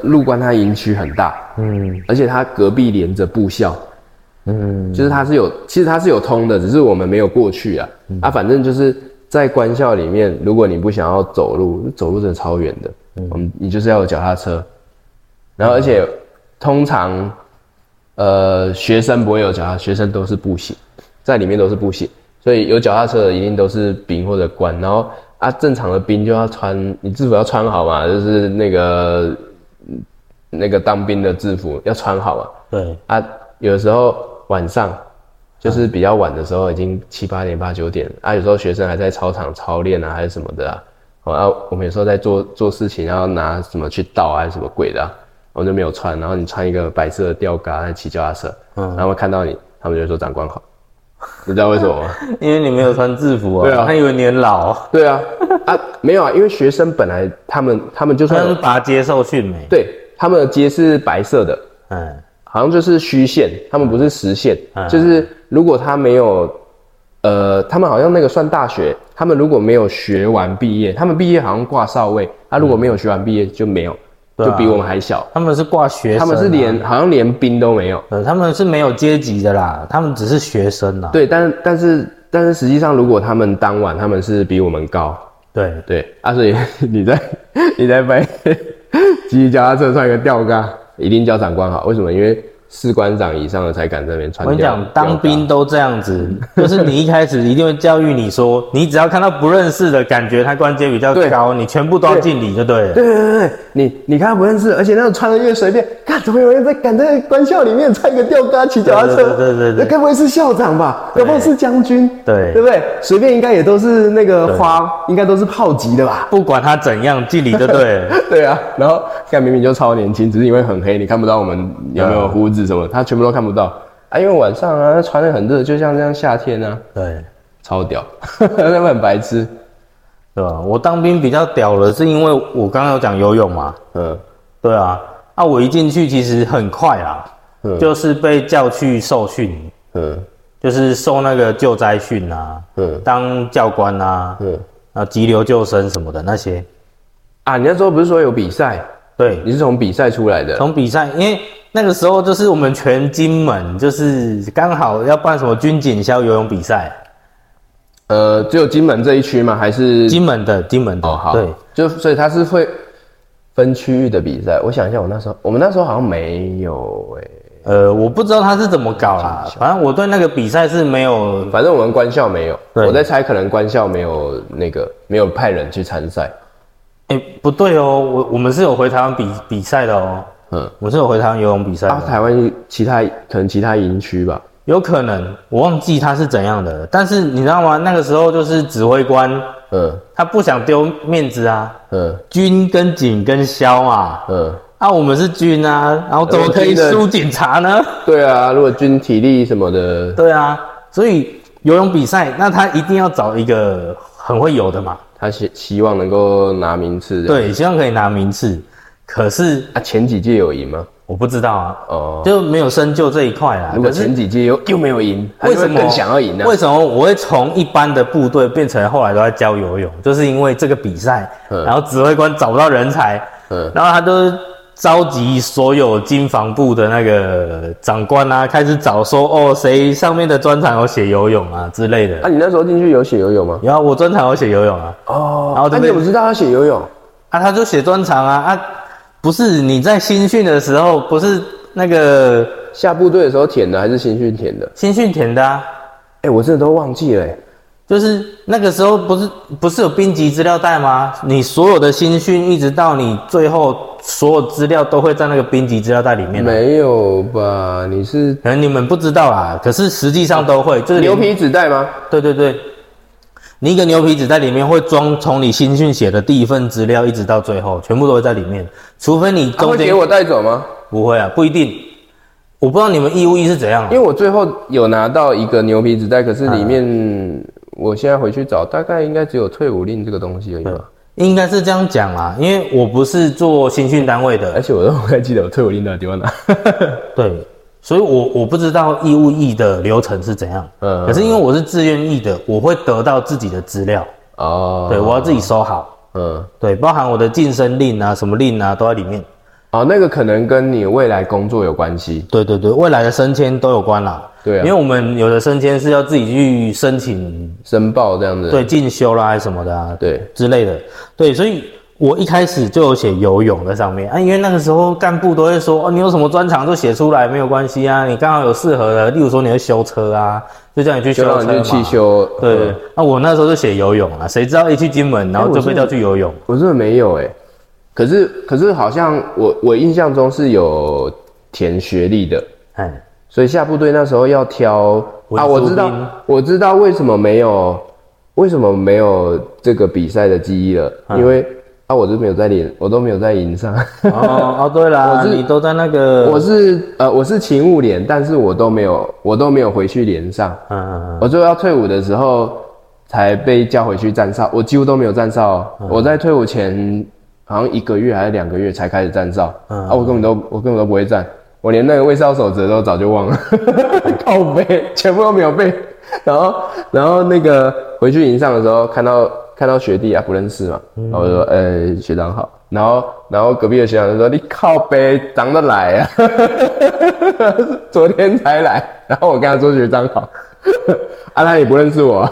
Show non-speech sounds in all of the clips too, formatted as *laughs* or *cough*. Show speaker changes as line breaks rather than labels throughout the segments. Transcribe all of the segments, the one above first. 陆关它营区很大，
嗯
而且它隔壁连着部校，
嗯
就是它是有，其实它是有通的，只是我们没有过去啊。
嗯
啊，反正就是在官校里面，如果你不想要走路，走路真的超远的，嗯，你就是要有脚踏车。然后，而
嗯
且通常，呃，学生不会有脚踏，学生都是步行，在里面都是步行，所以有脚踏车的一定都是兵或者官。然后啊，正常的兵就要穿，你制服要穿好嘛，就是那个嗯那个当兵的制服要穿好嘛。
对，
啊，有的时候晚上就是比较晚的时候，已经七八点、八九点了啊，有时候学生还在操场操练啊，还是什么的啊。哦，啊，我们有时候在做做事情，然后拿什么去倒啊，还是什么鬼的、啊，我们就没有穿。然后你穿一个白色的吊嘎，在骑脚踏车，然后看到你，他们就会说长官好， *laughs* 你知道为什么吗？
因为你没有穿制服啊，
对啊
他以为你很老，
对啊，啊，没有啊，因为学生本来他们他们就
他是
算
拔接受训没？
对他们的街是白色的，
嗯，
好像就是虚线，他们不是实线，
嗯
就是如果他没有，呃，他们好像那个算大学，他们如果没有学完毕业，他们毕业好像挂少尉，他、如果没有学完毕业就没有，
对啊
就比我们还小，
他们是挂学生啊，
他们是连好像连兵都没有，
呃，他们是没有阶级的啦，他们只是学生啊啦。
对，但但是但是实际上如果他们当晚他们是比我们高，
对，
对，啊，所以 *laughs* 你在你在 *laughs* 拍骑脚踏车穿一个吊嘎，一定叫长官好，为什么？因为士官长以上的才敢在那边穿
我
吊。
跟你讲，
吊
当
嘎
兵都这样
*laughs*
子，就是你一开始一定会教育你说，你只要看到不认识的，感觉他官阶比较
对
高，你全部都要敬礼就对了。
对对对对，你你看他不认识，而且那种穿的越随便，看怎么有人在敢在官校里面穿一个吊嘎骑脚踏车？
对对对对
那
对
该不会是校长吧？该不会是将军？
对
对不对？随便应该也都是那个花，应该都是炮击的吧？ *laughs*
不管他怎样敬礼就对了。
对啊，然后看明明就超年轻，只是因为很黑，你看不到我们有没
啊
有胡子什么，他全部都看不到啊。因为晚上啊，穿的很热，就像这样夏天啊，
对，
超屌， *laughs* 他们很白痴。
对吧？我当兵比较屌的是因为我刚刚有讲游泳嘛，
嗯
对啊，啊，我一进去其实很快啦，
嗯
就是被叫去受训，
嗯
就是受那个救灾训啊，
嗯
当教官啊，
嗯
啊，急流救生什么的那些。
啊，你那时候不是说有比赛？
对，
你是从比赛出来的？
从比赛，因为那个时候就是我们全金门，就是刚好要办什么军警校游泳比赛，
呃，只有金门这一区吗？还是
金门的，金门的，
嗯哦好，
对，，
就所以它是会分区域的比赛。我想一下，我那时候我们那时候好像没有哎、
呃，我不知道他是怎么搞啦，反正我对那个比赛是没有，
反正我们官校没有。
对
我在猜，可能官校没有那个没有派人去参赛。
哎、不对哦，我我们是有回台湾比比赛的哦，
嗯，
我是有回台湾游泳比赛的
啊，
哦，
台湾其他可能其他营区吧。
有可能我忘记他是怎样的了，但是你知道吗？那个时候就是指挥官
嗯
他不想丢面子啊，
嗯
军跟警跟消嘛，
嗯，
啊，我们是军啊，然后怎么可以输警察呢？
对啊，如果军体力什么的，
对啊，所以游泳比赛，那他一定要找一个很会游的嘛，
他希希望能够拿名次。，
对，希望可以拿名次。可是
啊，前几届有赢吗？
我不知道啊，
哦，
就没有深究这一块啦。
如果
可是
前几届又又没有赢，他
为
就会
什么
更想要赢呢、啊
为什么我会从一般的部队变成后来都在教游泳？就是因为这个比赛，
嗯
然后指挥官找不到人才，
嗯
然后他就召集所有军防部的那个长官啊，开始找说哦，谁上面的专长有写游泳啊之类
啊，
的。
你那时候进去有写游泳吗？
然后我专长有写游泳啊，
哦，
然后
那、
这
你
边
怎么知道他写游泳？
啊，他就写专长啊啊，不是你在新训的时候，不是那个
下部队的时候填的还是新训填的？
新训填的啊，
哎、我真的都忘记了、欸。
就是那个时候不是不是有编辑资料袋吗？你所有的新训一直到你最后所有资料都会在那个编辑资料袋里面、啊。
没有吧？你是
可能你们不知道啦，可是实际上都会，就是你
哦牛皮纸袋吗？
对对对，你一个牛皮纸在里面会装从你新训写的第一份资料一直到最后，全部都会在里面，除非你
他
中
啊会给
间、
我带走吗？
不会啊，不一定。我不知道你们义务役是怎样啊、
因为我最后有拿到一个牛皮纸袋，可是里面、我现在回去找，大概应该只有退伍令这个东西而已吧。
应该是这样讲啦，因为我不是做新训单位
而
的，
且我都不太记得我退伍令到底丢在哪。 *laughs*
对，所以我我不知道义务役的流程是怎样。
嗯
可是因为我是自愿役的，我会得到自己的资料，
哦，
对我要自己收好，
嗯，
对，包含我的晋升令啊、什么令啊都在里面。
哦好，那个可能跟你未来工作有关系。
对对对，未来的升迁都有关啦。
对啊
因为我们有的升迁是要自己去申请，
申报这样子。
对进修啦还是什么的啊，
对
之类的。对，所以我一开始就有写游泳在上面啊，因为那个时候干部都会说，哦，你有什么专长就写出来，没有关系啊，你刚好有适合的，例如说你会修车啊，就叫你去修
就
车
让
嘛。
你去汽。修。
对，那、
嗯哎
我那时候就写游泳啊，谁知道一去金门，然后就被叫去游泳。
我真的没有哎、可是可是好像我我印象中是有填学历的，
哎，
所以下部队那时候要挑
文
啊，
书
我知
兵
道我知道为什么没有为什么没有这个比赛的记忆了，
嗯
因为啊我都没有在连，我都没有在营上， *laughs*
*laughs* 哦哦，对啦，
我是
你都在那个，
我是呃我是勤务连，但是我都没有我都没有回去连上，
嗯嗯嗯，
我最后要退伍的时候才被叫回去站哨，我几乎都没有站哨哦、
嗯
我在退伍前好像一个月还是两个月才开始站哨，
嗯
啊，我根本都我根本都不会站，我连那个卫哨守则都早就忘
*laughs*
了，靠背全部都没有背。然后然后那个回去营上的时候，看到看到学弟啊不认识嘛，
嗯
然后我就说呃学长好，然后然后隔壁的学长就说你靠背长得来啊，昨天才来，然后我跟他说学长好， *laughs* 啊他也不认识 *laughs* 我，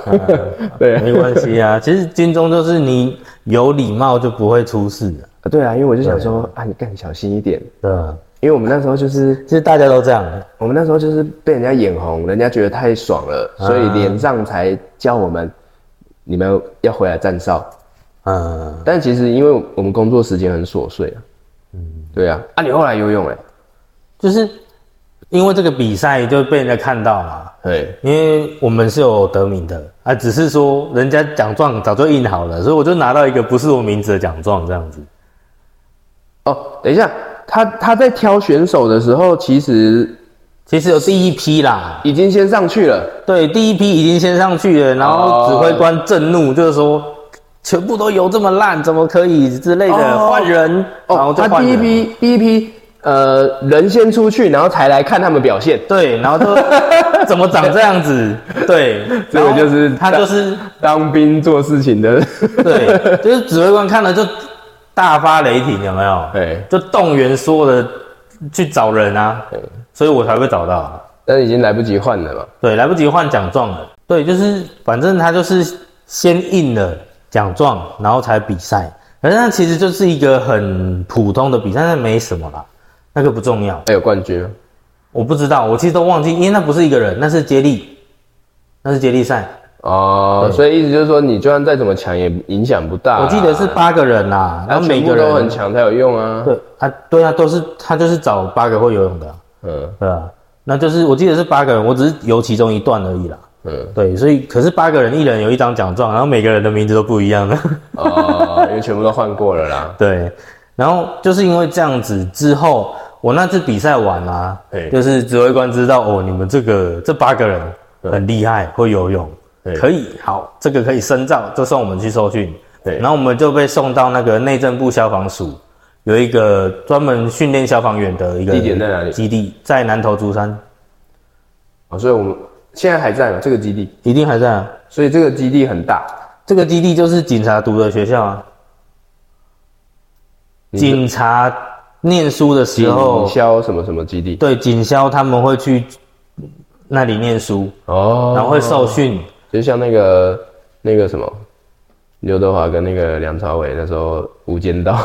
对，
没关系啊，其实军中就是你有礼貌就不会出事的，
对啊，因为我就想说啊，你更小心一点，
对吧？
因为我们那时候就是
其实大家都这样，
我们那时候就是被人家眼红，人家觉得太爽了，所以连上才叫我们你们要回来站哨。
嗯，
但其实因为我们工作时间很琐碎啊，嗯，对啊，啊你后来游泳哎、
就是因为这个比赛就被人家看到嘛，
对，
因为我们是有得名的啊，只是说人家奖状早就印好了，所以我就拿到一个不是我名字的奖状这样子。
哦，等一下，他他在挑选手的时候，其实
其实有第一批啦，
已经先上去了，
对，第一批已经先上去了，然后
哦
指挥官震怒，就是说全部都游这么烂，怎么可以之类的，
哦
换人，然后
哦，
就
他
换
第一
人。
批第一批呃人先出去，然后才来看他们表现，
对，然后就 *laughs* 怎么长这样子？对，
*laughs* 这个
然后
就是
他就是
当兵做事情的，
*laughs*
*laughs*
对，就是指挥官看了就大发雷霆，有没有？
对
就动员所有的去找人啊，
对
所以我才会找到啊。
但是已经来不及换了嘛，
对，来不及换奖状了。对，就是反正他就是先印了奖状，然后才比赛。反正那其实就是一个很普通的比赛，那没什么啦，那个不重要。
还有冠军吗？
我不知道，我其实都忘记，因为那不是一个人，那是接力，那是接力赛。
哦，所以意思就是说，你就算再怎么强，也影响不大啦。
我记得是八个人啦，然
然
后
后
每
每
个
个
人
都很强才有用啊。
对啊，对啊，都是他就是找八个会游泳的啊、
嗯
对啊，那就是我记得是八个人，我只是游其中一段而已啦。
嗯，
对，所以可是八个人，一人有一张奖状，然后每个人的名字都不一样的。啊
哦， *laughs* 因为全部都换过了啦。
*laughs* 对，然后就是因为这样子之后，我那次比赛完啦、啊
对
就是指挥官知道哦，你们这个这八个人很厉害，会游泳，
对
可以，好，这个可以深造，就送我们去受训。
对
然后我们就被送到那个内政部消防署，有一个专门训练消防员的一个
地点在哪里
基地在南投竹山，
哦，所以我们现在还在嘛这个基地，
一定还在啊。
所以这个基地很大。
这个基地就是警察读的学校啊，
你是
警察念书的时
警
候，
消什么什么基地？
对警校他们会去那里念书，
哦，
然后会受训。
就像那个那个什么，刘德华跟那个梁朝伟那时候《无间道》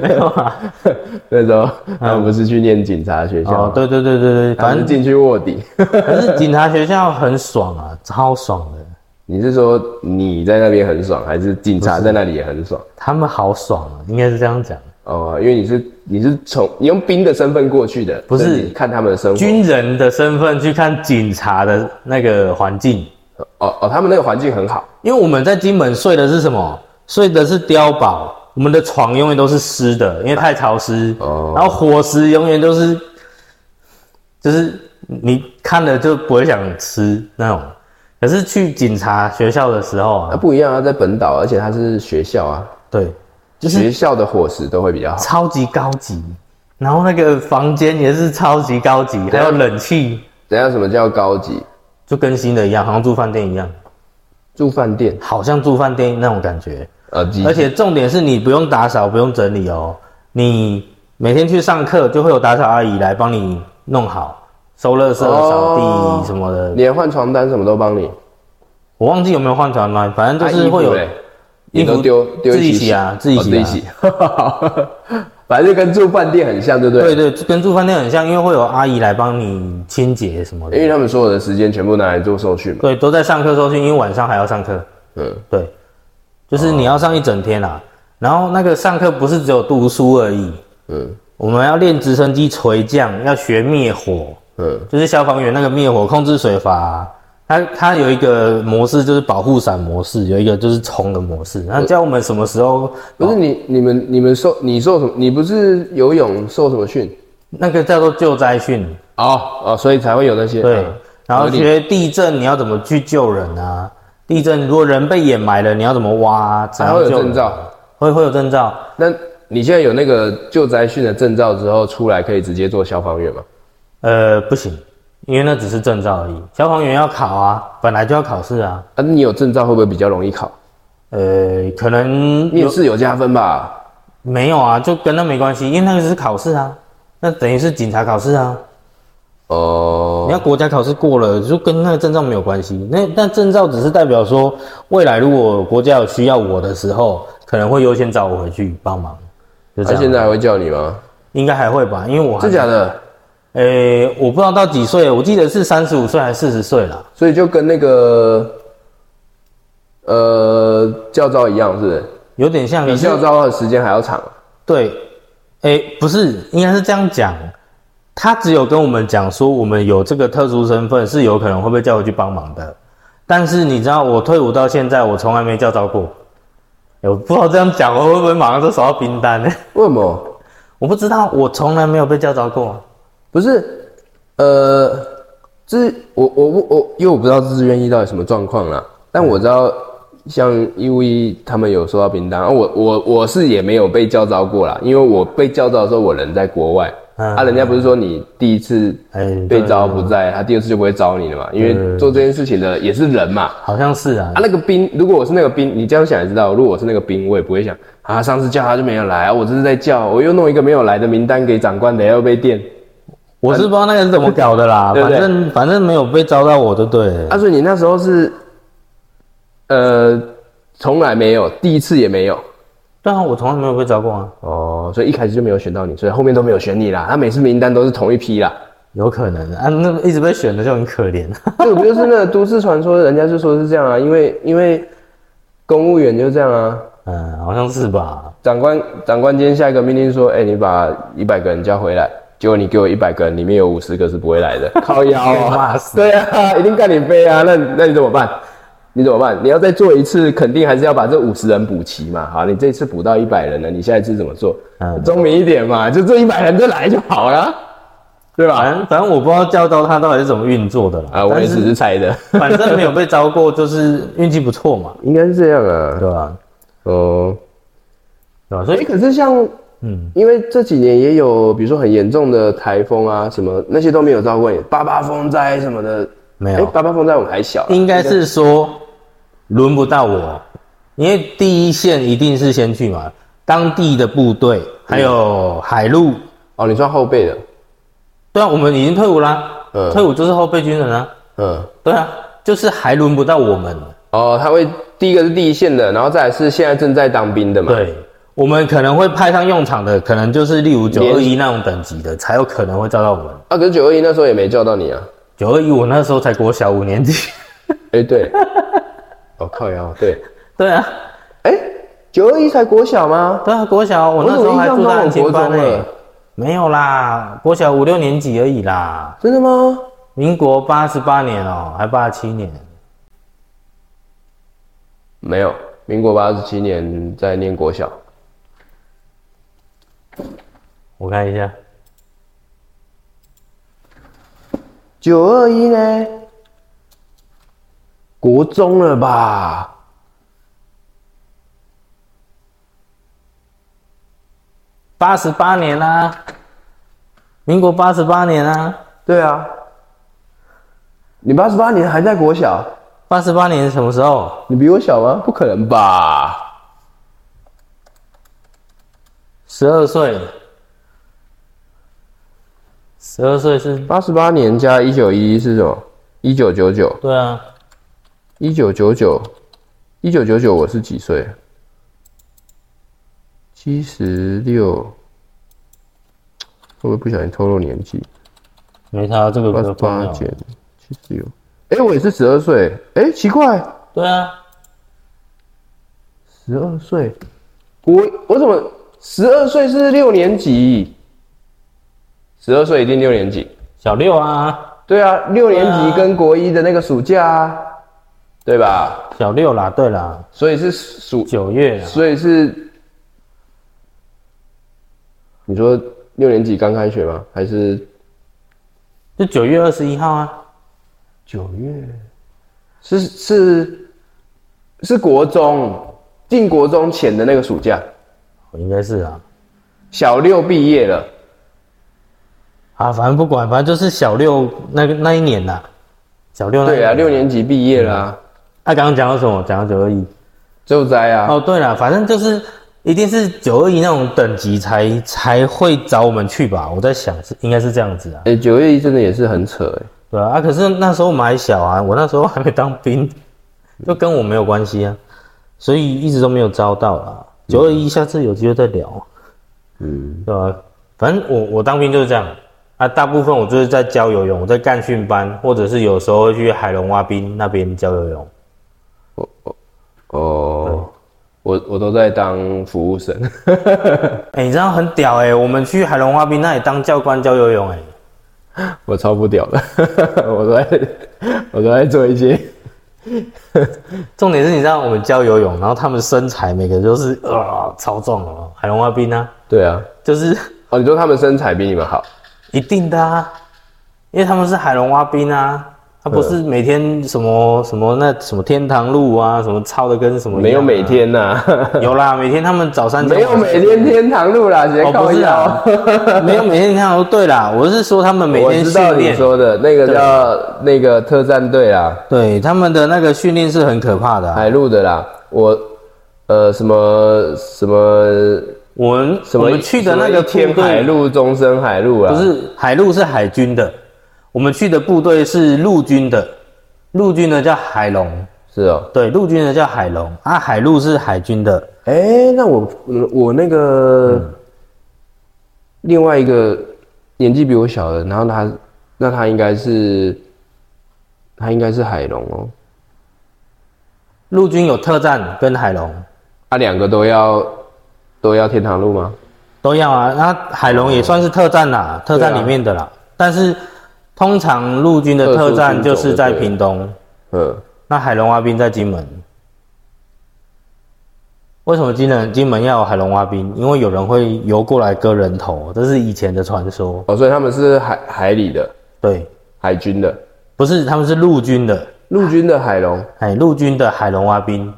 没有啊？
*laughs*
嗯
那时候他们不是去念警察学校
哦，
吗，
对对对对对，
他
反
们是
正
进去卧底。 *laughs*
可是警察学校很爽啊，超爽的，
你是说你在那边很爽，还是警察在那里也很爽？
他们好爽啊，应该是这样讲。
哦，因为你是你是从你用兵的身份过去的，
不是
所以你看他们的生活。
军人的身份去看警察的那个环境，
哦哦，他们那个环境很好，
因为我们在金门睡的是什么？睡的是碉堡，我们的床永远都是湿的，因为太潮湿。
哦
然后伙食永远都是，就是你看了就不会想吃那种。可是去警察学校的时候
啊
啊，
不一样啊，在本岛，而且它是学校啊，
对，就是
学校的伙食都会比较好。
超级高级，然后那个房间也是超级高级，还有冷气，
等一下什么叫高级？
就跟新的一样，好像住饭店一样，
住饭店，
好像住饭店那种感觉。
呃，机
而且重点是你不用打扫，不用整理哦，你每天去上课就会有打扫阿姨来帮你弄好收垃圾、扫
哦
地什么的。
连换床单什么都帮你，
我忘记有没有换床单，反正就是会有
啊衣服嘞你都丢丢
自己
一
洗
起
啊，自己
哦
洗、啊
自己洗， *laughs* 反正就跟住饭店很像，对不对？
对对，就跟住饭店很像，因为会有阿姨来帮你清洁什么的。
因为他们所有的时间全部拿来做受训嘛。
对，都在上课收讯，因为晚上还要上课。
嗯，
对，就是你要上一整天啊。然后那个上课不是只有读书而已，
嗯
我们要练直升机垂降，要学灭火，
嗯，
就是消防员那个灭火控制水阀、它它有一个模式就是保护伞模式，有一个就是冲的模式。然后教我们什么时候
不是你你们你们受你受什么？你不是游泳受什么训？
那个叫做救灾训，
哦哦，所以才会有那些
对
嗯，
然后
合理
学地震你要怎么去救人啊？地震如果人被掩埋了，你要怎么挖、啊？怎
才
样
会有
救
证
人
照。
会会有证照。
那你现在有那个救灾训的证照之后，出来可以直接做消防员吗？
呃，不行，因为那只是证照而已。消防员要考啊，本来就要考试啊。
啊，你有证照会不会比较容易考？
呃，可能
面
有
试有加分吧？
没有啊，就跟那没关系，因为那个只是考试啊，那等于是警察考试啊。你
哦，
要国家考试过了，就跟那个证照没有关系。那但证照只是代表说，未来如果国家有需要我的时候，可能会优先找我回去帮忙。就这
他、
样，
啊现在还会叫你吗？
应该还会吧，因为我还
真假的？
呃、我不知道到几岁，我记得是三十五岁还是四十岁啦。
所以就跟那个呃教招一样，是不是？
有点像
比
可是
教招的时间还要长。
对，哎、不是，应该是这样讲。他只有跟我们讲说，我们有这个特殊身份，是有可能会被叫回去帮忙的。但是你知道，我退伍到现在，我从来没叫招过。诶我不知道这样讲，我会不会马上就收到冰单呢？
为什么？
我不知道，我从来没有被叫招过啊。
不是，呃，志我我我我，因为我不知道志愿役到底什么状况啦，但我知道像义务役他们有收到兵单，啊、我我我是也没有被叫招过啦，因为我被叫招的时候我人在国外，
嗯
啊，人家不是说你第一次
哎、
被
对
招不在，他第二次就不会招你了嘛，因为做这件事情的也是人嘛，
好像是啊
啊，，那个兵，如果我是那个兵，你这样想也知道，如果我是那个兵，我也不会想啊，上次叫他就没有来啊，我这是在叫，我又弄一个没有来的名单给长官，等下又被电。
我是不知道那个是怎么搞的
*laughs*
啦。
对不
反
对
正反正没有被招到我就对了。
啊，所以你那时候是，呃，从来没有，第一次也没有，
对啊，我从来没有被招过啊，
哦，所以一开始就没有选到你，所以后面都没有选你啦。他每次名单都是同一批啦，
有可能啊，那一直被选的就很可怜。 *laughs*
这不就是那个都市传说，人家就说是这样啊，因为因为公务员就这样啊。
嗯，好像是吧。
长官，长官今天下一个命令说：“哎、你把一百个人叫回来。”结果你给我一百个人，里面有五十个是不会来的， *laughs* 靠腰
被
啊、
骂死
*laughs* 对啊，一定干你飞啊！那那你怎么办？你怎么办？你要再做一次，肯定还是要把这五十人补齐嘛。好，你这次补到一百人了，你下一次怎么做？
嗯
聪明一点嘛，就这一百人就来就好了，对吧？
反正反正我不知道教招它到底是怎么运作的啦。
啊，我也只是猜的，
但是反正没有被招过，就是运气不
*laughs*
错嘛，
应该是这样啊。
对吧？
哦，
对吧？所
哎、
以
可是像
嗯，
因为这几年也有，比如说很严重的台风啊，什么那些都没有照顾你。八八风灾什么的，
没
哎、
有，
八八风灾我们还小啊、
应该是说轮不到我，因为第一线一定是先去嘛，当地的部队还有海陆。
哦，你算后辈的，
对啊，我们已经退伍啦，
嗯
退伍就是后备军人啊。
嗯，
对啊，就是还轮不到我们。
哦，他会第一个是第一线的，然后再来是现在正在当兵的嘛，，
对，我们可能会派上用场的，可能就是例如九二一那种等级的，才有可能会招到我们。
啊，可是九二一那时候也没叫到你啊，
九二一我那时候才国小五年级，
哎、对，哦靠呀，对，
*laughs* 对啊，
哎、九二一才国小吗？
对啊，国小我那时候还住在安亲班
我
欸
怎么印象中我国中
呢、
了
没有啦，国小五六年级而已啦，
真的吗？
民国八十八年哦、还八七年，
没有，民国八十七年在念国小，
我看一下，
九二一呢？国中了吧？
八十八年啦、民国八十八年啊，
对啊，你八十八年还在国小，
八十八年什么时候？
你比我小吗？不可能吧？
十二岁，十二岁是，
八十八年加一九一一是什么？一九九九，
对啊，
一九九九，一九九九我是几岁？七十六，会不会不小心透露年纪？
没差，这个
八
比
十
较
八
重要
减七十六，哎、我也是十二岁，哎、奇怪，
对啊，
十二岁，我我怎么十二岁是六年级？十二岁一定六年级。
小六啊，
对啊，六年
对
级
啊
跟国一的那个暑假啊，对吧？
小六啦，对啦，
所以是暑，
九月啊，
所以是你说六年级刚开学吗？还是
就九月二十一号啊，
九月？是是是国中进国中前的那个暑假，
应该是啊，
小六毕业了，
啊，反正不管，反正就是小六那个那一年呐、小六那一
对啊，
年
六年级毕业了、啊，
他刚刚讲到什么？讲到九二一。
就在啊，
哦，对了，反正就是一定是九二一那种等级才才会找我们去吧。我在想是应该是这样子啊，
哎、九月一真的也是很扯哎、
对啊。啊，可是那时候我们还小啊，我那时候还没当兵，就跟我没有关系啊，所以一直都没有招到啦。九二一下次有机会再聊，
嗯，
对吧、啊反正我我当兵就是这样啊，大部分我就是在教游泳，我在干训班，或者是有时候会去海龙蛙兵那边教游泳。
哦，我我都在当服务生， *laughs*
哎、你这样很屌哎、我们去海龙蛙兵那里当教官教游泳哎、
我超不屌的， *laughs* 我都在我都在做一些，
重点是你知道我们教游泳，然后他们身材每个都是啊、超重哦，海龙蛙兵啊，
对啊，
就是
哦，你说他们身材比你们好，
一定的啊，因为他们是海龙蛙兵啊，他不是每天什么什么那什么天堂路啊，什么操的跟什么、啊
没有每，天呐、
*laughs* 有啦，每天他们早三
没有每天天堂路啦，谁
哦
靠
不是
腰？
啊，没有每天天堂路，对啦，我是说他们 *laughs* 每
我
天
知
训
道你
练，
说的那个叫那个特战队啦，
对他们的那个训练是很可怕的、啊，
海陆的啦，我呃什么什么
我们
什么
我们去的那
什么
个
一天
部队
海陆、啊终身海陆啊啦，
不是海陆是海军的，我们去的部队是陆军的，陆军的叫海龙，
是哦，
对，陆军的叫海龙啊，海陆是海军的，
哎、那我嗯我那个、另外一个年纪比我小的，然后他那他应该是他应该是海龙哦，
陆军有特战跟海龙
他啊两个都要都要天堂路吗？
都要啊，那海龙也算是特战啦，特战里面的啦，但是通常陆军的特战就是在屏东，
嗯，
那海龙蛙兵在金门。为什么金门金门要有海龙蛙兵？因为有人会游过来割人头，这是以前的传说。
哦，所以他们是海海里的
对，
海军的
不是，他们是陆军的，
陆军的海龙，
哎，陆军的海龙蛙兵。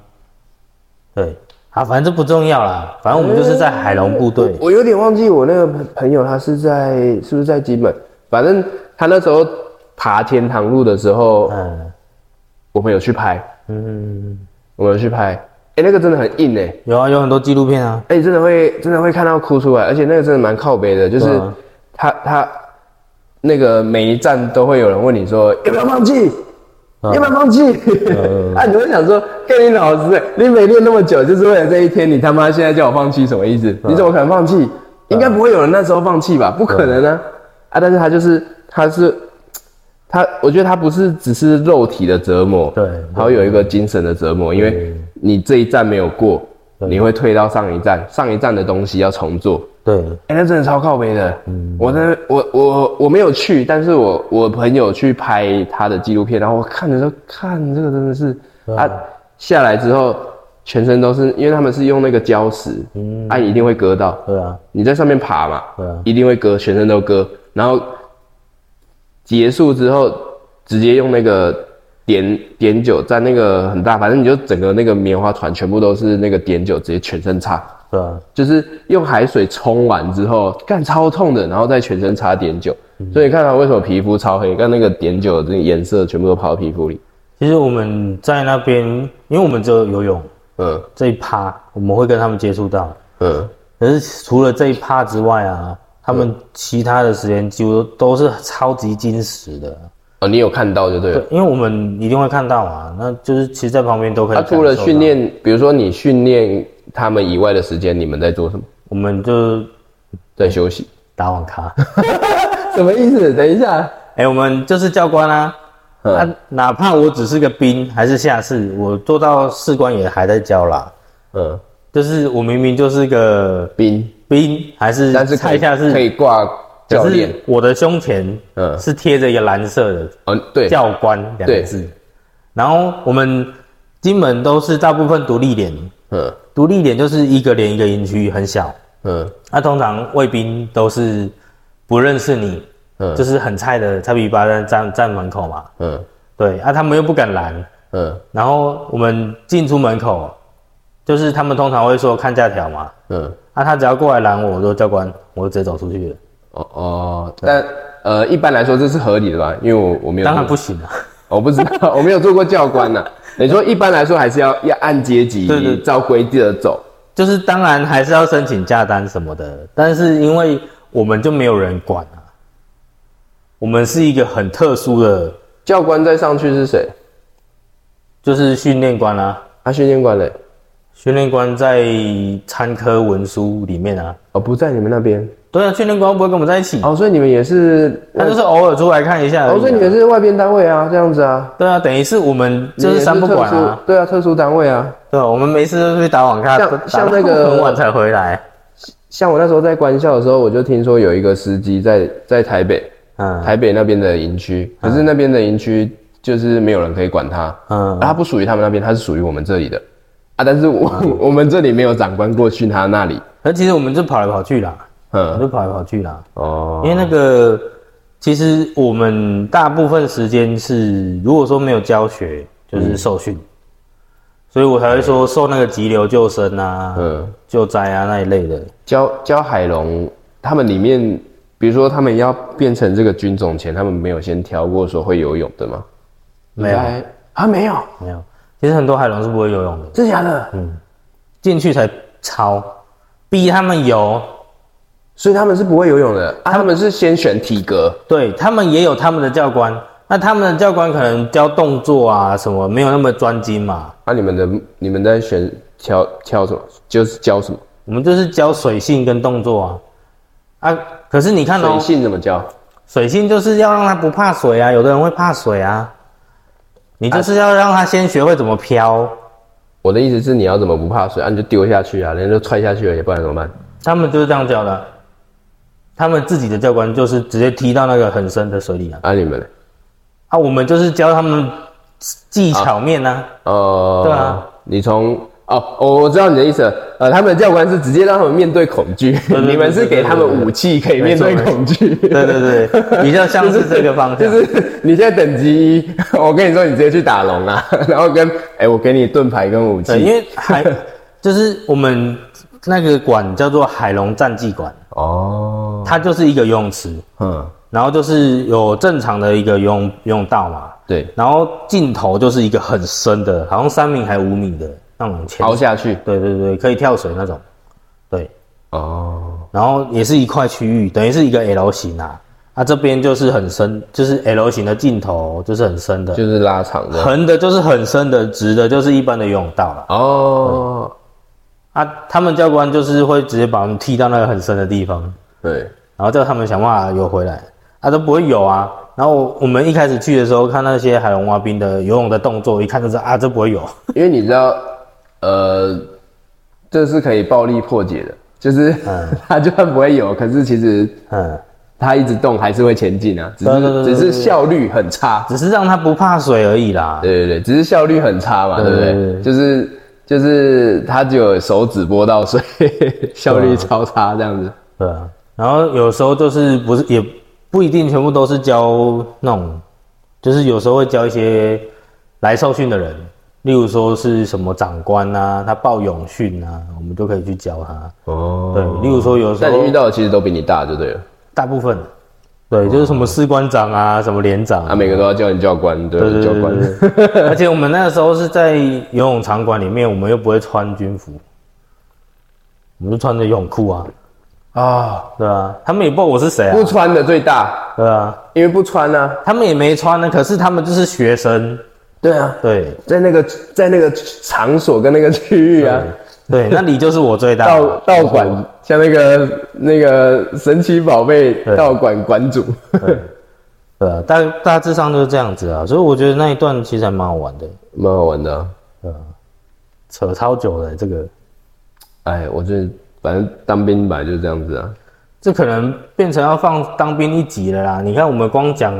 对，啊，反正这不重要啦，反正我们就是在海龙部队。
我有点忘记我那个朋朋友他是在是不是在金门，反正他那时候爬天堂路的时候，
嗯
我们有去拍，
嗯，
我们有去拍，哎、那个真的很硬哎、
有啊，有很多纪录片啊。
哎、真的会真的会看到哭出来，而且那个真的蛮靠背的，就是
对啊
他他那个每一站都会有人问你说要不要放弃。
嗯
要不要放弃？ *laughs* 啊，你会想说，跟你老师，你每练那么久，就是为了这一天，你他妈现在叫我放弃，什么意思？
嗯
你怎么可能放弃？应该不会有人那时候放弃吧？不可能啊！啊，但是他就是，他是，他，我觉得他不是只是肉体的折磨，
对
还会有一个精神的折磨，因为你这一站没有过，你会退到上一站，上一站的东西要重做。
对，啊
哎、那真的超靠背的。
嗯
我真的，我我我没有去，但是我我朋友去拍他的纪录片，然后我看的时候，看这个真的是，
嗯
啊，下来之后全身都是，因为他们是用那个礁石，啊，一定会割到，
对啊，
你在上面爬嘛，
嗯对啊
一定会割，全身都割，然后结束之后直接用那个碘碘酒蘸那个很大，反正你就整个那个棉花团全部都是那个碘酒，直接全身擦。
对啊，
就是用海水冲完之后，干超痛的，然后再全身擦碘酒，所以你看他为什么皮肤超黑，跟那个碘酒的颜色全部都跑到皮肤里。
其实我们在那边，因为我们只有游泳
嗯
这一趴，我们会跟他们接触到。
嗯，
可可是除了这一趴之外啊，他们其他的时间几乎都是超级金石的。
哦，你有看到就对
对
了。，
因为我们一定会看到嘛，那就是其实，在旁边都可以
他、
感受到。
除了训练，比如说你训练他们以外的时间，你们在做什么？
我们就
在休息？
打网咖。
什么意思？等一下，
哎、我们就是教官啊，
嗯
啊，哪怕我只是个兵，还是下士，我做到士官也还在教啦。
嗯，
就是我明明就是个
兵，
兵，还是
但是可
菜
以
下士，
可以挂教
可
练
是。我的胸前
嗯
是贴着一个蓝色的
哦，对，
教官两个
对
字。然后我们金门都是大部分独立连，
嗯
独立连就是一个连一个营区，很小。
嗯
那、通常卫兵都是不认识你，
嗯，
就是很菜的菜皮巴在站站门口嘛。
嗯
对啊，他们又不敢拦。
嗯
然后我们进出门口，就是他们通常会说看假条嘛。
嗯，
啊，他只要过来拦我，我说教官，我就直接走出去了。
哦哦，但呃，一般来说这是合理的吧？因为我我没有
当然
做
不行啊，
我不知道， *laughs* 我没有做过教官呐、
*laughs*
你说一般来说还是要要按阶级，
对对
照规定的走。
就是当然还是要申请假单什么的，但是因为我们就没有人管啊，我们是一个很特殊的，
教官再上去是谁？
就是训练官啊，
啊，训练官嘞？
训练官在参科文书里面啊，
哦，不在你们那边。
对啊，训练官不会跟我们在一起，
哦，所以你们也是，
他就是偶尔出来看一下而已啊、
哦，所以你们是外边单位啊，这样子啊，
对啊，等于是我们就是三不管
你们也是特
啊
殊，，对啊，特殊单位啊。
对啊，我们没事就去打网咖，
像
打到
像那个
很晚才回来，
像我那时候在官校的时候，我就听说有一个司机在在台北，
嗯
台北那边的营区，可是那边的营区就是没有人可以管他，
嗯，
他不属于他们那边，他是属于我们这里的啊。但是我我们这里没有长官过去他那里，
而其实我们就跑来跑去啦，我
嗯，
就跑来跑去啦，
哦
因，为那个，其实我们大部分时间是，如果说没有教学，
嗯
就是受训，所以我才会说受那个急流救生啊、
嗯。
救灾啊那一类的。
教教海龙，他们里面，比如说他们要变成这个军种前，他们没有先挑过说会游泳的吗？
没有
应该啊，没有，
没有，其实很多海龙是不会游泳的，
真假的？
嗯进去才抄，逼他们游。
所以他们是不会游泳的啊，他们是先选体格，
对他们也有他们的教官，那他们的教官可能教动作啊什么，没有那么专精嘛。
啊，你们的你们在选挑挑什么？就是教什么？
我们就是教水性跟动作啊。啊，可是你看哦
水，性怎么教？
水性就是要让它不怕水啊，有的人会怕水啊，你就是要让他先学会怎么漂。
我的意思是你要怎么不怕水啊？你就丢下去啊，人家就踹下去了，也不然怎么办？
他们就是这样教的，他们自己的教官就是直接踢到那个很深的水里啊。
啊，你们呢？
啊，我们就是教他们技巧面啊，
哦，
对啊，
你从哦，我我知道你的意思了。呃，他们的教官是直接让他们面对恐惧，
对
*laughs*
对
你们是给他们武器可以面对恐惧。
对对对，比较像是这个方
*laughs*
向。
就是你现在等级一， *laughs* 我跟你说，你直接去打龙啊， *laughs* 然后跟哎、我给你盾牌跟武
对，因
器。
为海就是我们那个馆叫做海龙战技馆，
哦，
它就是一个游泳池，
嗯，
然后就是有正常的一个游泳游泳道嘛，
对，
然后尽头就是一个很深的，好像三米还五米的那种潜
凹，下去。
对对对，可以跳水那种，对，
哦，
然后也是一块区域，等于是一个 L 型啊，啊这边就是很深，就是 L 型的尽头就是很深的，
就是拉长的。
横的就是很深的，直的就是一般的游泳道了。
哦，
啊，他们教官就是会直接把我们踢到那个很深的地方，
对，
然后叫他们想办法游回来，啊都不会游啊。然后我我们一开始去的时候，看那些海龙蛙兵的游泳的动作，一看就知道啊，这不会游。
因为你知道，呃，这是可以暴力破解的，就是、 *laughs* 他就算不会游，可是其实
嗯，
它一直动还是会前进啊，只
对对对
是
对
只是效率很差。
只是让他不怕水而已啦。
对对对，只是效率很差嘛，对
对
不
对对
对？
对
就是就是它只有手指拨到水，效率超差这样子。
对啊。然后有时候就是不是也不一定全部都是教那种，就是有时候会教一些来受训的人，例如说是什么长官啊，他报泳训啊，我们就可以去教他。
哦，
对，例如说有时
但你
候
遇到的哦其实都比你大就对了，
大部分，对，就是什么士官长啊，什么连长
啊，每个都要叫你教官，对不
对对
教
对
官。
对对对而且我们那个时候是在游泳场馆里面，我们又不会穿军服，我们就穿着泳裤啊，
啊，
对啊，他们也不知道我是谁啊
不，穿的最大，
对啊，
因为不穿呢、啊。
他们也没穿呢，可是他们就是学生，
对啊，
对
在那个在那个场所跟那个区域啊， *laughs*
对，那你就是我最大
道道馆像那个那个神奇宝贝
对
道馆馆主，
对啊，大大致上就是这样子啊，所以我觉得那一段其实还蛮好玩的，
蛮好玩的啊、
扯超久了、这个
哎，我觉得反正当兵本来就这样子啊。
这可能变成要放当兵一集了啦。你看我们光讲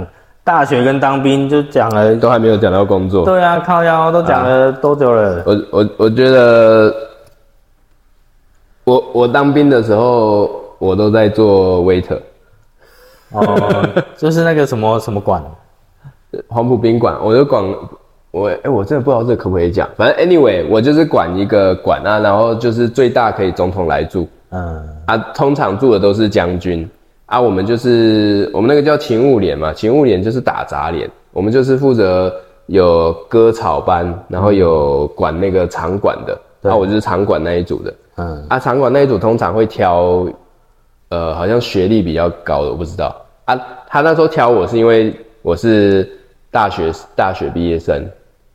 大学跟当兵就讲
*laughs*
了，
都还没有讲到工作。
对啊，靠腰都讲了多久了？
我我我觉得，我我当兵的时候，我都在做 waiter， *laughs*
哦，就是那个什么什么馆，
黄埔宾馆，我就管我哎、我真的不知道这可不可以讲，反正 anyway，我就是管一个馆啊，然后就是最大可以总统来住
嗯，
啊，通常住的都是将军啊，我们就是我们那个叫勤务连嘛，勤务连就是打杂连，我们就是负责有割草班，然后有管那个场馆的，
对
啊，我就是场馆那一组的。
嗯，
啊，场馆那一组通常会挑，呃，好像学历比较高的，我不知道啊。他那时候挑我是因为我是大学大学毕业生，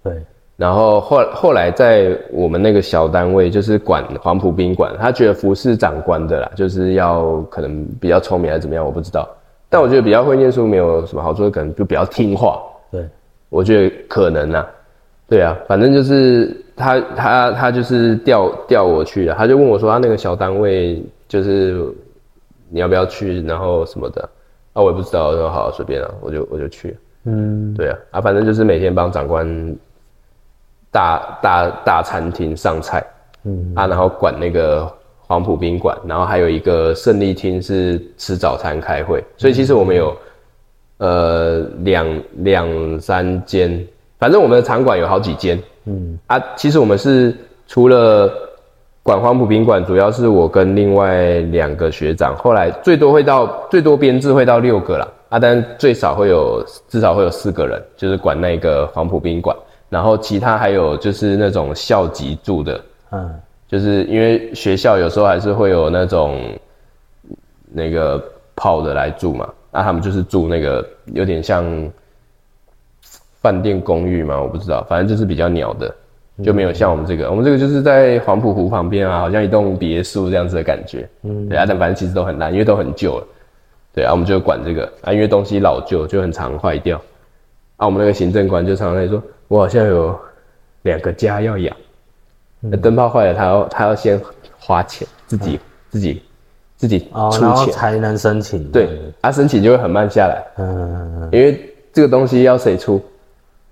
对，
然后后后来在我们那个小单位，就是管黄埔宾馆，他觉得服侍长官的啦，就是要可能比较聪明还是怎么样，我不知道。但我觉得比较会念书没有什么好处，可能就比较听话，
对，
我觉得可能啊，对啊，反正就是他他他就是调调我去的，他就问我说他啊那个小单位就是你要不要去，然后什么的，啊我也不知道，我说好随便啊，我就我就去，
嗯，
对啊，啊反正就是每天帮长官大大大餐厅上菜，
嗯，
啊然后管那个黄埔宾馆，然后还有一个胜利厅是吃早餐开会，所以其实我们有。呃两两三间，反正我们的场馆有好几间。嗯啊，其实我们是除了管黄埔宾馆，主要是我跟另外两个学长，后来最多会到最多编制会到六个啦。啊，但最少会有至少会有四个人，就是管那个黄埔宾馆，然后其他还有就是那种校级住的，
嗯，
就是因为学校有时候还是会有那种那个泡的来住嘛，那、他们就是住那个有点像饭店公寓嘛，我不知道，反正就是比较鸟的，
嗯
就没有像我们这个，我们这个就是在黄浦湖旁边啊，好像一栋别墅这样子的感觉，嗯，对啊，但反正其实都很烂，因为都很旧了，对啊，我们就管这个啊，因为东西老旧就很常坏掉，啊，我们那个行政官就常常在说，我好像有两个家要养。
嗯
那灯泡坏了，他要他要先花钱，自己、自己自己
哦，
出
然后
钱，
才嗯能申请，
对，，他、申请就会很慢下来，
嗯，
因为这个东西要谁出？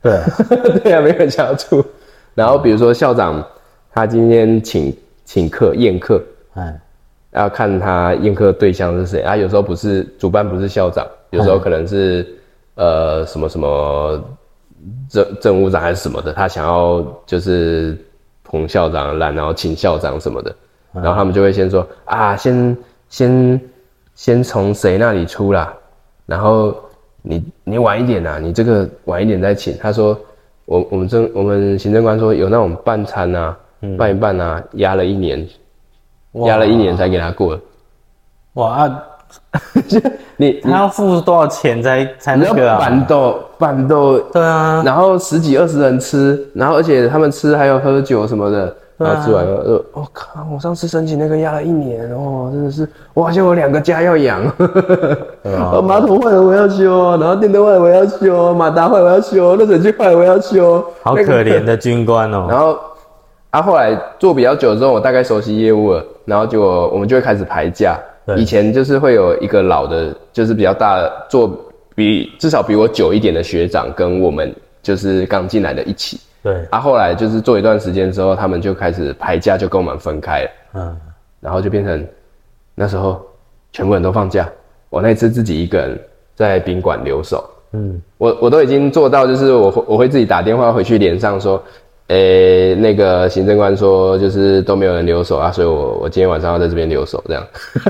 对，
*laughs* 对啊，没有人想要出。然后比如说校长，他今天请请客宴客，
哎，
要看他宴客对象是谁。啊，有时候不是主办不是校长，有时候可能是、呃什么什么政政务长还是什么的，他想要就是捧校长的烂，然后请校长什么的，然后他们就会先说啊，先先先从谁那里出啦，然后你你晚一点啊，你这个晚一点再请。他说我我们政我们行政官说有那种半餐啊，办一办啊，压了一年。
哇
压了一年才给他过。
哇啊，
*laughs* 你
他要付多少钱才才
你
那
要
个啊？
板豆板豆，
对啊，
然后十几二十人吃，然后而且他们吃还有喝酒什么的，
对啊
然后吃完了，呃我、靠，我上次申请那个压了一年哦，真的是，我好像有两个家要
*laughs*
养，哦马桶坏了我要修，然后电灯坏了我要修，马达坏了我要修，热水器坏了我要修，
好
那个
可怜的军官哦、
然后啊，后来做比较久之后，我大概熟悉业务了，然后就我们就会开始排价。
对
以前就是会有一个老的，就是比较大的，做比至少比我久一点的学长跟我们就是刚进来的一起。
对，
啊，后来就是做一段时间之后，他们就开始排价，就跟我们分开了，
嗯，
然后就变成那时候全部人都放假，我那次自己一个人在宾馆留守。
嗯，
我我都已经做到，就是我会我会自己打电话回去连上说，诶、那个行政官说就是都没有人留守啊，所以我我今天晚上要在这边留守，这样，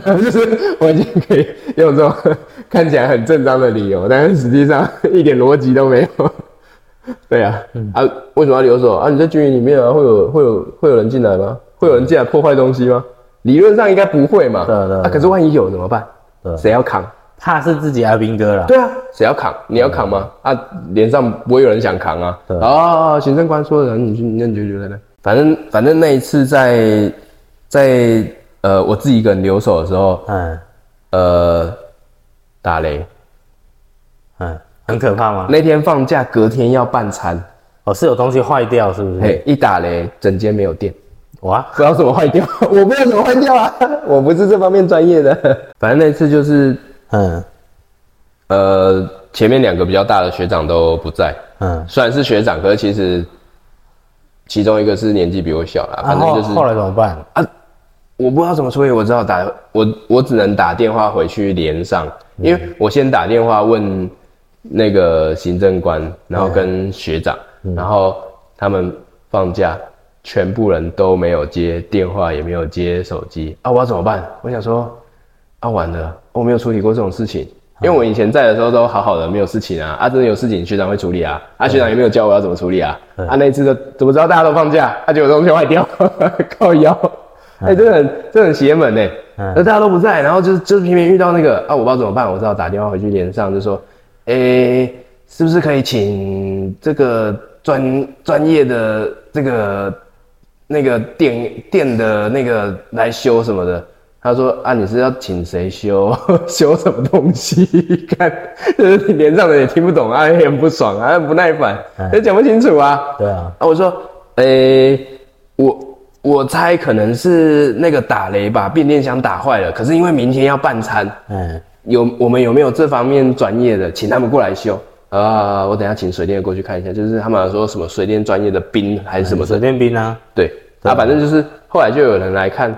*laughs* 就是我已经可以用这种看起来很正当的理由，但是实际上一点逻辑都没有。 *laughs* 对啊，
嗯
啊，为什么要留守啊？你在军营里面啊，会有会有会有人进来吗？会有人进来破坏东西吗？理论上应该不会嘛。
对对对
啊，可是万一有怎么办？
对啊
谁要扛？
怕是自己阿兵哥啦。
对啊，谁要扛？你要扛吗？啊，脸上不会有人想扛啊。
对
啊，行政官说的，你就那你就觉得呢？反正反正那一次在在呃我自己一个人留守的时候，
嗯
呃打雷。
嗯，很可怕吗？
那天放假，隔天要办餐，
哦，是有东西坏掉是不是？
嘿，一打雷，整间没有电。
哇，
不知道怎么坏掉， *laughs* 我不知道怎么坏掉啊， *laughs* 我不是这方面专业的。反正那次就是，
嗯
呃，前面两个比较大的学长都不在，
嗯，
虽然是学长，可是其实其中一个是年纪比我小啦，
然
反正
后
就是、
后来怎么办？
我不知道怎么处理，我只好打我我只能打电话回去连上，因为我先打电话问那个行政官，然后跟学长，然后他们放假，全部人都没有接电话，也没有接手机啊，我要怎么办？我想说啊，完了，我没有处理过这种事情。因为我以前在的时候都好好的，没有事情啊，啊，真的有事情学长会处理啊，啊，学长也没有教我要怎么处理啊，啊，那一次的怎么知道大家都放假，啊，结果东西坏掉， *laughs* 靠腰，哎、真的很，真的很邪门呢、欸
嗯
那、大家都不在，然后就就偏偏遇到那个啊，我不知道怎么办，我只好打电话回去连上，就说，哎、是不是可以请这个专专业的这个那个电电的那个来修什么的。他说啊，你是要请谁修？ *laughs* 修什么东西？ *laughs* 看，就是你连上的也听不懂啊，也很不爽啊，很不耐烦，也讲不清楚啊。
对啊，
啊，我说，诶、我我猜可能是那个打雷把变电箱打坏了，可是因为明天要办餐，
嗯
有我们有没有这方面专业的，请他们过来修啊、我等一下请水电过去看一下，就是他们好像说什么水电专业的兵还是什么的，
水电兵啊，
对，啊，反正就是后来就有人来看，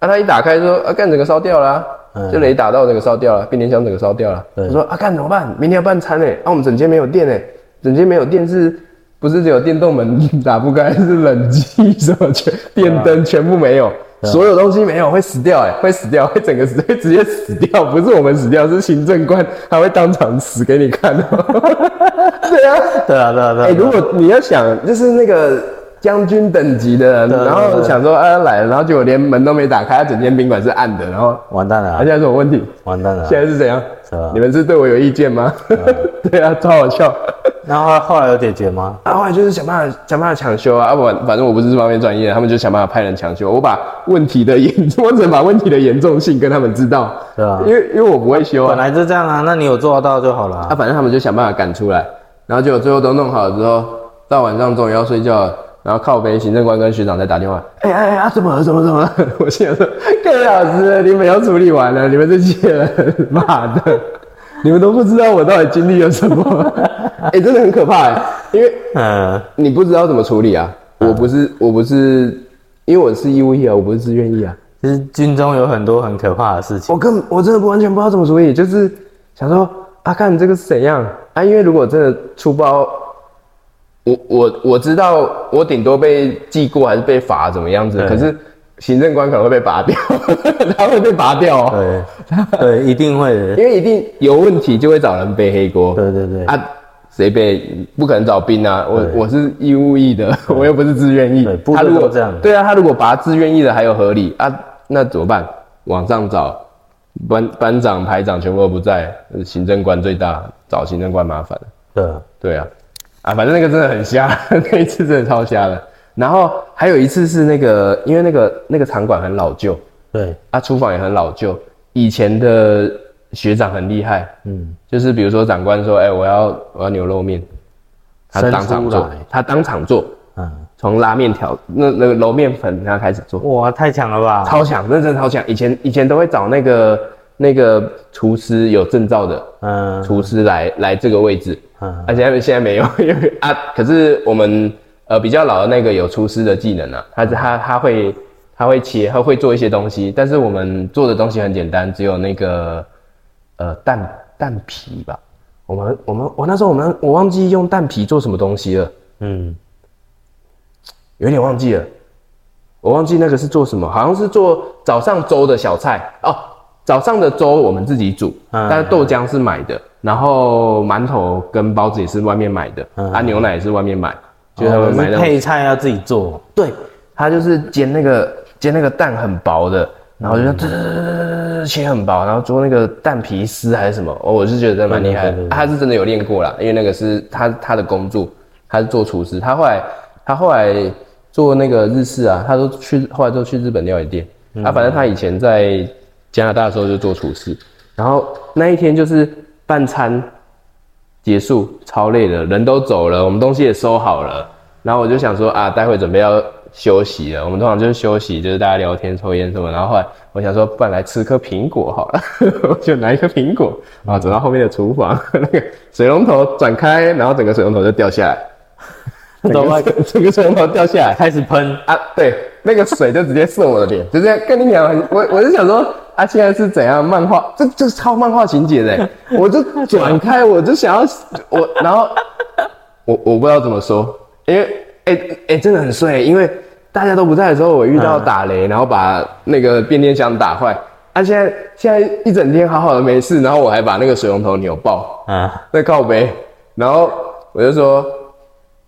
啊，他一打开说，啊，干整个烧掉了、啊。
嗯
就雷打到整个烧掉了，变电箱整个烧掉了。
对
我说啊，干怎么办？明天要办餐哎、啊，我们整间没有电哎、整间没有电是不是只有电动门 *laughs* 打不开，是冷气什么全电灯全部没有，所有东西没有，会死掉哎、会死掉，会整个死，会直接死掉，不是我们死掉，是行政官他会当场死给你看、哦。 *laughs* 对啊，
对啊对啊
哎、
对啊
如果你要想，就是那个将军等级的人，
对
然
对
后
对
想说啊来了，然后结果连门都没打开，他整间宾馆是暗的，然后
完蛋了
他
啊
现，在什么问题？
完蛋了啊。
现在是怎样
是啊？
你嗯们是对我有意见吗？ *laughs* 对啊，超好笑。
那后来后来有解决吗？
啊，后来就是想办法想办法抢修啊，啊反反正我不是这方面专业，他们就想办法派人抢修。我把问题的严， *laughs* 我只能把问题的严重性跟他们知道，
是啊
因为因为我不会修啊
本，来就这样啊，那你有做到就好了啊。
啊，反正他们就想办法赶出来，然后结果最后都弄好了之后，到晚上终于要睡觉了，然后靠北行政官跟学长在打电话，哎哎哎，啊怎么了怎么了怎么了？ *laughs* 我心想说，盖老师，你们要处理完了，你们这些人，妈的，你们都不知道我到底经历了什么， *laughs* 哎、真的很可怕、欸，因为
嗯，
你不知道怎么处理啊，我不是我不是，因为我是义务役啊，我不是自愿役啊。
其实军中有很多很可怕的事情。
我根我真的不完全不知道怎么处理，就是想说啊，看你这个是怎样啊？因为如果真的出包，我我我知道我顶多被记过还是被罚怎么样子，
对
可是行政官可能会被拔掉， *laughs* 他会被拔掉、哦，
对，对，一定 *laughs* 会的。
因为一定有问题就会找人背黑锅，
对对对，
啊，谁背不可能找兵啊？我
对
我是义务役的， *laughs* 我又不是自愿役
对。部队
他如果
都这样
对啊，他如果拔自愿役的还有合理啊，那怎么办？往上找，班班长、排长全部都不在，呃行政官最大，找行政官麻烦。
对，
对啊，啊，反正那个真的很瞎， *laughs* 那一次真的超瞎的。然后还有一次是那个，因为那个那个场馆很老旧，
对，
啊，厨房也很老旧，以前的学长很厉害，
嗯，
就是比如说长官说，哎、我要我要牛肉面，他
生
当场
出
做
来，
他当场做，
嗯，
从拉面条那那个揉面粉他开始做，
哇，太强了吧？
超强，认真的超强。以前以前都会找那个那个厨师有证照的
嗯
厨师来来这个位置，
嗯，
而且他啊们现在没有， *laughs* 因为啊，可是我们呃比较老的那个有厨师的技能啊，他他他会他会切，他会做一些东西，但是我们做的东西很简单，只有那个呃蛋蛋皮吧。我们我们我那时候我们我忘记用蛋皮做什么东西了，
嗯，
有点忘记了，我忘记那个是做什么，好像是做早上粥的小菜哦。早上的粥我们自己煮，
嗯
但是豆浆是买的，然后馒头跟包子也是外面买的，
嗯
啊，牛奶也是外面买，就是他
哦
们买
是
那种，
配菜要自己做，
对，他就是煎那个煎那个蛋很薄的，然后就这样
嗯
嘚切很薄，然后做那个蛋皮丝还是什么，哦，我是觉得蛮厉害
对对对
的。
对
他是真的有练过啦，因为那个是他他的工作，他是做厨师，他后来他后来做那个日式啊，他都去后来都去日本料理店，
嗯
啊，反正他以前在加拿大的时候就做厨师，然后那一天就是半餐结束，超累的，人都走了，我们东西也收好了，然后我就想说啊，待会准备要休息了，我们通常就是休息，就是大家聊天、抽烟什么，然后后来我想说，不然来吃颗苹果好了， *laughs* 我就拿一颗苹果，然后走到后面的厨房， *laughs* 那个水龙头转开，然后整个水龙头就掉下来，整
懂吗
个整个水龙头掉下来，
开始喷，
啊，对，那个水就直接射我的脸，就这样跟你讲，我我就想说，啊，现在是怎样漫画，这这是超漫画情节的欸，我就转开，我就想要我，然后我我不知道怎么说，因为哎哎、真的很衰，因为大家都不在的时候，我遇到打雷，然后把那个变电箱打坏，啊，现在现在一整天好好的没事，然后我还把那个水龙头扭爆，
啊，
在靠背，然后我就说，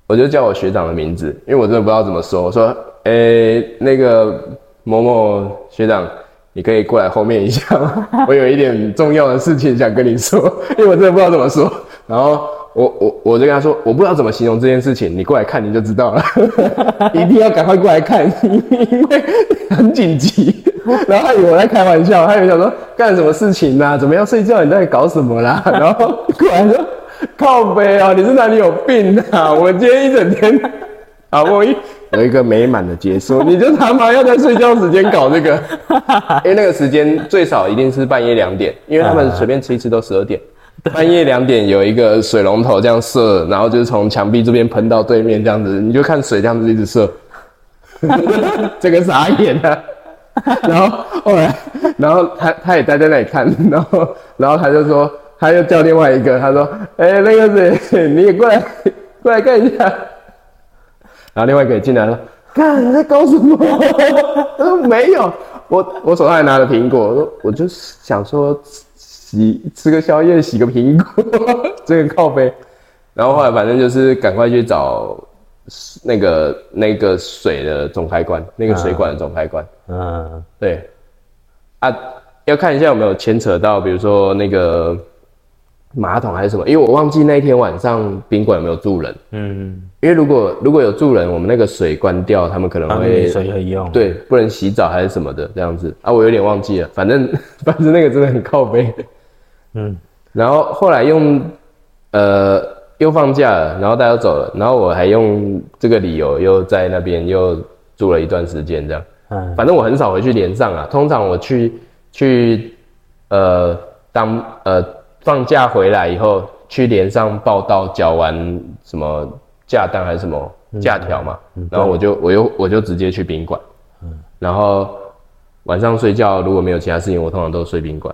我就叫我学长的名字，因为我真的不知道怎么说。我说，诶、那个某某学长，你可以过来后面一下吗？ *laughs* 我有一点重要的事情想跟你说，因为我真的不知道怎么说。然后我我我就跟他说，我不知道怎么形容这件事情，你过来看你就知道了， *laughs* 一定要赶快过来看，因为很紧急。 *laughs* 然后他以为我在开玩笑，他以为想说干什么事情啦、怎么样睡觉？你到底搞什么啦？然后过来说靠背哦，你是哪里有病啊？我今天一整天好不容易有一个美满的结束， *laughs* 你就他妈要在睡觉时间搞这个，因为那个时间最少一定是半夜两点，因为他们随便吃一吃都十二点。半夜两点有一个水龙头这样射，然后就是从墙壁这边喷到对面这样子，你就看水这样子一直射， *laughs* 这个傻眼啊！ *laughs* 然后后来，然后他他也待在那里看，然后然后他就说，他又叫另外一个，他说，哎、那个谁，你也过来过来看一下。 *laughs* 然后另外一个也进来了，看你在搞什么？他说嗯没有，我我手上还拿着苹果，我说我就想说洗吃个宵夜，洗个苹果， *laughs* 这个靠背。然后后来反正就是赶快去找那个那个水的总开关，那个水管的总开关。
嗯，
对，啊，要看一下有没有牵扯到，比如说那个马桶还是什么，因为我忘记那一天晚上宾馆有没有住人。
嗯，
因为如果如果有住人，我们那个水关掉，他们可能
当
会
啊你水可以用，，
对不能洗澡还是什么的这样子啊，我有点忘记了，反正 *laughs* 反正那个真的很靠背。
嗯，
然后后来用呃又放假了，然后大家都走了，然后我还用这个理由又在那边又住了一段时间这样。
嗯，
反正我很少回去连上啊，通常我去去呃当呃放假回来以后去连上报道，缴完什么假单还是什么
嗯
假条嘛，然后我就我又我就直接去宾馆，
嗯
然后晚上睡觉如果没有其他事情，我通常都睡宾馆，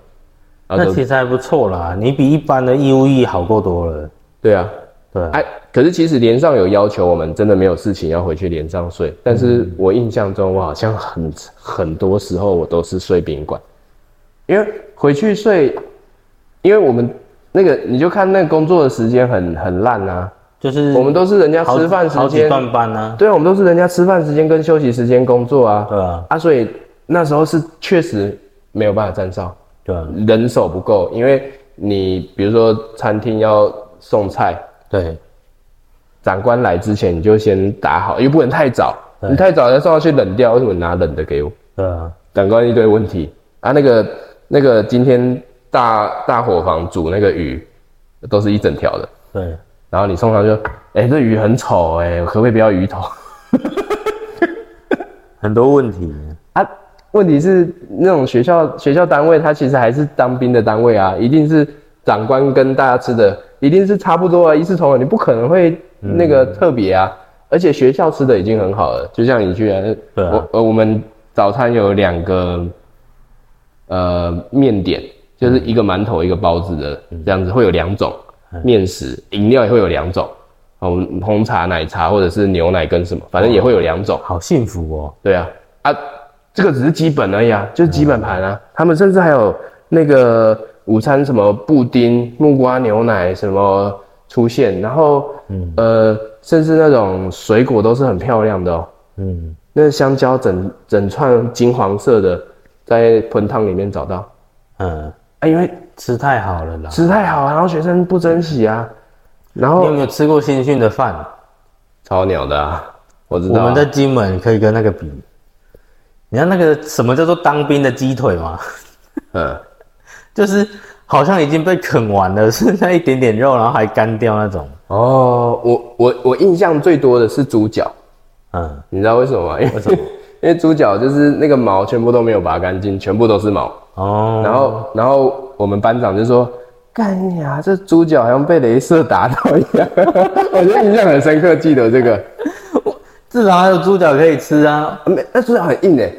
然后
那
都
其实还不错啦，你比一般的义务役好过多了，
对啊，
对啊，
哎、可是其实连上有要求，我们真的没有事情要回去连上睡，但是
嗯
我印象中，我好像很很多时候我都是睡宾馆，因为回去睡，因为我们那个你就看那个工作的时间很很烂啊，
就是
我们都是人家
嗯好
吃饭时
好几
间，
段班呢，
对，我们都是人家吃饭时间跟休息时间工作啊，
对啊，
啊，所以那时候是确实没有办法站哨，
对啊，
人手不够，因为你比如说餐厅要送菜。
对，
长官来之前，你就先打好，又不能太早。
对
你太早再送上去冷掉，为什么你拿冷的给我？
对啊，
长官一堆问题啊，那个那个今天大大伙房煮那个鱼，都是一整条的，
对，
然后你送上去就，哎、这鱼很丑哎、可不可以不要鱼头
很多问题，
啊？问题是那种学校学校单位，它其实还是当兵的单位啊，一定是长官跟大家吃的一定是差不多啊，一视同仁，你不可能会那
嗯
个特别啊。而且学校吃的已经很好了，就像你去、
对啊
我呃我们早餐有两个呃面点，
嗯
就是一个馒头一个包子的这样子，会有两种面食，饮料也会有两种，哦红茶、奶茶或者是牛奶跟什么，反正也会有两种。
好幸福哦，
对啊，啊，这个只是基本而已啊，就是基本盘啊。他们甚至还有那个午餐什么布丁、木瓜牛奶什么出现，然后，
嗯
呃，甚至那种水果都是很漂亮的哦，
嗯，
那香蕉整整串金黄色的，在盆汤里面找到
嗯，
啊，因为
吃太好了啦。
吃太好啊，然后学生不珍惜啊，然
你有
后
没有吃过新训的饭？
超鸟的、啊，我知道
我
啊、
们在金门可以跟那个比。你看那个什么叫做当兵的鸡腿吗？ *laughs*
嗯，
就是好像已经被啃完了，剩下一点点肉，然后还干掉那种。
哦，我我我印象最多的是猪脚，
嗯，
你知道为什么吗？因为什么？因为猪脚就是那个毛全部都没有拔干净，全部都是毛。
哦，
然后然后我们班长就说：“干你啊，这猪脚好像被镭射打到一样。” *laughs* 我就印象很深刻，记得这个。
至少还有猪脚可以吃啊。
啊没，那猪脚很硬哎、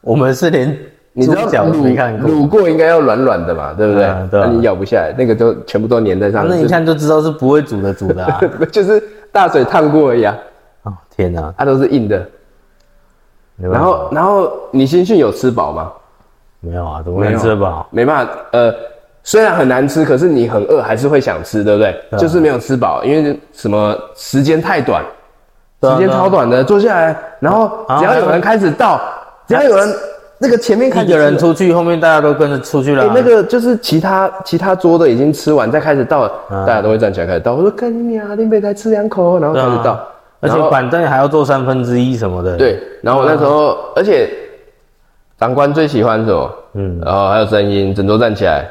我们是连
你
猪
知道
脚都没
卤
看过，
卤过应该要软软的嘛，对不对？
嗯对啊
啊你咬不下来，那个都全部都粘在上
那
面。
一看就知道是不会煮的煮的啊。
*laughs* 就就是大水烫过而已啊，
哦天哪、
它都是硬的。
没办
然
法
后然后你新训有吃饱吗？
没有啊，怎么
没
能
有
吃得饱？
没办法，呃，虽然很难吃，可是你很饿还是会想吃，对不对？
对啊
就是没有吃饱，因为什么时间太短，
对啊
时间超短的，坐下来，然后
啊
只要有人开始倒，只要有人那个前面开
一
始吃
个人
了。
出去，后面大家都跟着出去了
哎
啊、
那个就是其他其他桌的已经吃完，再开始倒了，大家都会站起来开始倒。我说：“跟你啊，林北才吃两口，然后
啊对
开
啊
始倒。
而
然
且
后
板凳还要做三分之一什么的。，
对，然后我那时候，
啊
而且长官最喜欢什么？嗯，然后还有声音，整桌站起来，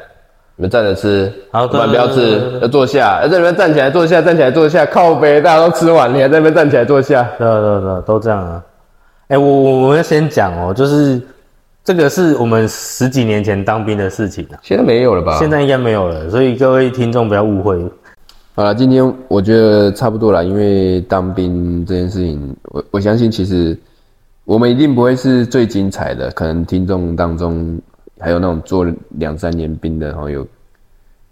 你们站着吃，
好对
不然不要
对对
吃
对对，
要坐下，要在那边站起来坐下，站起来坐下，靠背，大家都吃完，你还在那边站起来坐下，
对啊对啊对啊，都这样啊。哎、我我我们先讲哦，就是这个是我们十几年前当兵的事情啊，
现在没有了吧？
现在应该没有了，所以各位听众不要误会。
好了，今天我觉得差不多了，因为当兵这件事情，我我相信其实我们一定不会是最精彩的，可能听众当中还有那种做两三年兵的，然后有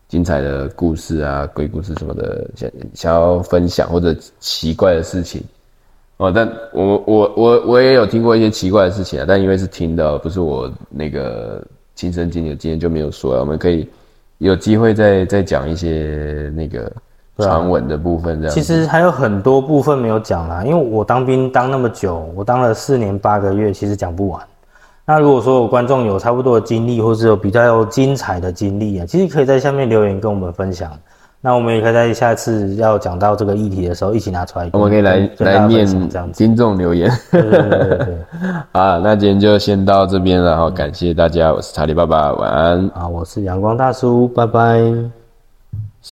精彩的故事啊、鬼故事什么的，想想要分享或者奇怪的事情哦。但我我我我也有听过一些奇怪的事情啊，但因为是听的，不是我那个亲身经历的，今天就没有说了。我们可以有机会再再讲一些那个传闻的部分，这样
其实还有很多部分没有讲啦，因为我当兵当那么久，我当了四年八个月，其实讲不完。那如果说有观众有差不多的经历，或是有比较精彩的经历啊，其实可以在下面留言跟我们分享。那我们也可以在下次要讲到这个议题的时候，一起拿出来跟。
我们可以来
跟大
来
家分
念
享这样子。
听众留言。
对对对
*laughs*
对对。
啊，那今天就先到这边了，好，感谢大家，我是查理爸爸，晚安。
啊，我是阳光大叔，拜拜。